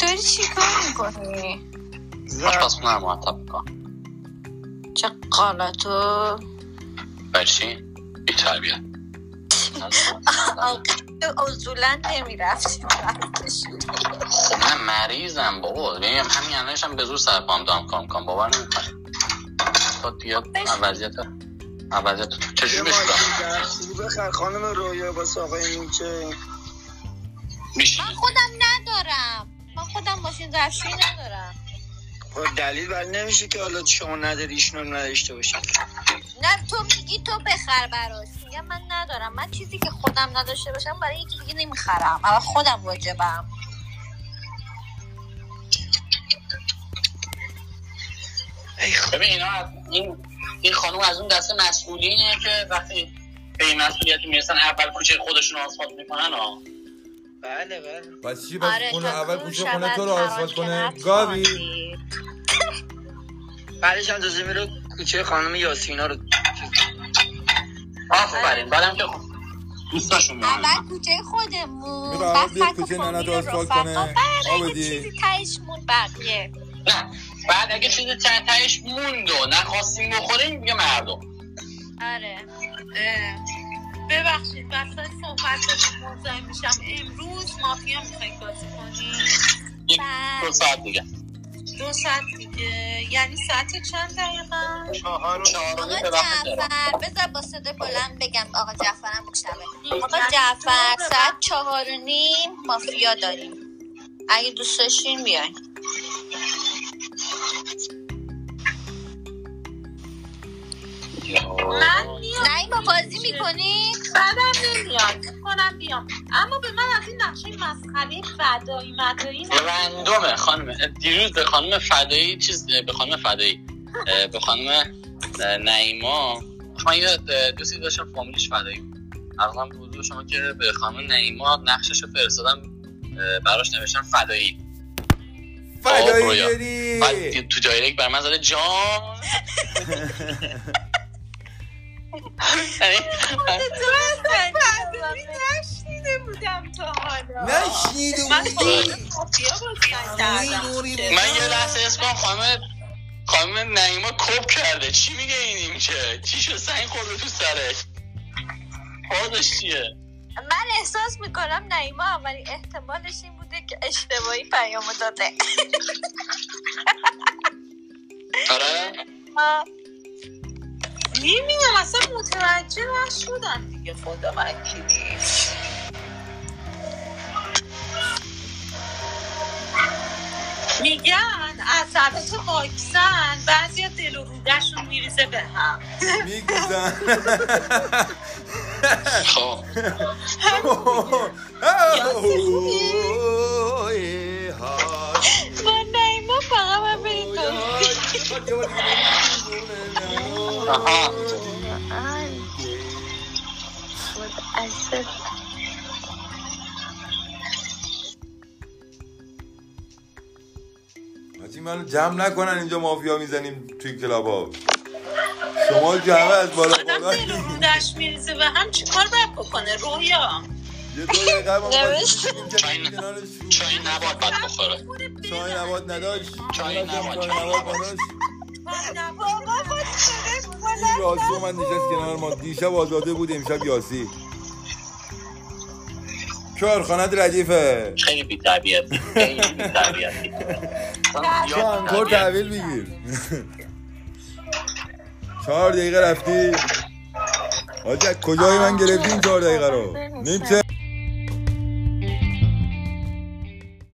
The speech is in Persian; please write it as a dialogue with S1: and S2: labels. S1: داری چیکار میکنی
S2: آشپزخونه رو معطب میکنم
S1: چه قالتو
S2: برای چی؟ بی تربیت
S1: اصولا نمیرفتی
S2: خب من مریضم بابا ببینیم همین الانش هم به زور سر پام دام کام کام باور نمیکنم تا بیاد از وضعیت از وضعیت
S3: یه
S2: چجوری بشورم
S3: ماشین درخشی بخر خانم رویا واسه آقای نیچه
S2: میشی
S4: من خودم ندارم من خودم ماشین ظرفشویی ندارم
S3: خب دلیل بر نمیشه که حالا شما نداری ایشون هم نداشته باشید
S4: نه تو میگی تو بخر براش میگم من ندارم من چیزی که خودم نداشته باشم برای یکی دیگه نمیخرم اما خودم واجبم
S3: ای خب
S2: ببین اینا از- این این خانوم از اون دسته مسئولینه که وقتی به این مسئولیت میرسن اول کوچه خودشون رو آسفالت میکنن ها
S3: بله بله
S5: بس
S4: آره،
S5: چی بس اون
S4: تا
S5: اول
S4: دور
S5: کوچه
S4: شود
S5: کنه تو رو
S4: هرآن
S5: آسفالت
S4: که
S5: کنه
S4: نفس
S5: گاوی
S4: خواندی.
S3: بعدش هم تازه میره کوچه خانم یاسینا رو
S2: آفرین بعدم که دوستاشون می‌مونن.
S4: اول کوچه خودمون
S5: میره اول
S4: بعد
S5: بیاد
S4: فک و
S5: کوچه ننه
S4: فامیل
S5: رو
S4: و
S5: آسفالت
S4: رفقا،
S5: کنه.
S4: بعد
S5: آب
S4: اگه
S5: دی.
S4: آره، چیزی تهشمون بقیه
S2: نه بعد اگه چیزی ته- تهش موند و نخواستیم بخوریم دیگه مردم
S4: آره اه. ببخشید وسط صحبت مزاحم میشم امروز مافیا میخوایم بازی کنیم
S2: یک
S4: بعد
S2: دو ساعت دیگه
S4: دو ساعت دیگه یعنی ساعت چند دقیقا
S3: چهار
S2: چهارمی
S4: آقا
S2: به وقت دارم
S4: جعفر بذار با صدای بلند بگم آقا جعفرم بشنوه آقا جعفر ساعت چهار و نیم مافیا داریم اگه دوست داشتین بیاین
S6: من میام
S4: نه ما بازی میکنیم
S6: بعدم نمیاد کنم بیام اما به من از این نقشه مسخره فدایی مدایی نه.
S2: رندومه خانم دیروز به خانم فدایی چیز به خانم فدایی اه، به خانم اه، نعیما من یه دوستی داشتم فامیلیش فدایی بود. ارزم به حضور شما که به خانم نعیما نقشش رو فرستادم اه، براش نوشتم فدایی آه،
S5: فدایی
S2: رویا.
S5: گری
S2: بعد تو دایرکت بر من زده جان یعنی
S6: نشنیده بودم تا حالا
S5: نشنیده
S6: من
S5: بودی
S6: خودم مافیا بازی کردم
S5: نوری نوری
S2: من یه لحظه اسم کنم خانم خانم نعیما کپ کرده چی میگه این این چه چی شد سنگ خورده تو سرش خودش چیه
S4: من احساس میکنم نعیما اولین احتمالش این بوده که اشتباهی پیامو داده
S2: آره
S4: آه،
S6: نمیدونم اصلا متوجه نشدم دیگه خدا وکیلی میگن عصبات واکسن بعضی دل و رودشون میریزه به هم
S5: میگیزن
S2: خب
S6: با نیما فقط من به این دو
S2: آها
S5: حاجی منو جمع نکنن اینجا مافیا میزنیم توی کلاب ها شما جمع از بالا
S6: آدم
S5: بالا
S6: دل و رودش میریزه به هم چیکار باید بکنه رویا
S5: یه دو دقیقه ما
S4: نوشت.
S5: باشیم که
S2: چای ن-
S5: کنارش رو-
S2: چای نبات بد بخوره
S5: چای نبات نداشت
S2: چای نبات.
S5: چای نبات نداشت
S6: بابا با صدای بلند
S5: این یاسی اومد نشست کنار ما دیشب آزاده بود امشب یاسی کارخانت ردیفه
S2: خیلی بی تربیتی خیلی بی تربیتی
S5: تو انکور تحویل بگیر چهار دقیقه رفتی حاجی از کجای من گرفتی این چهار دقیقه رو نیم چه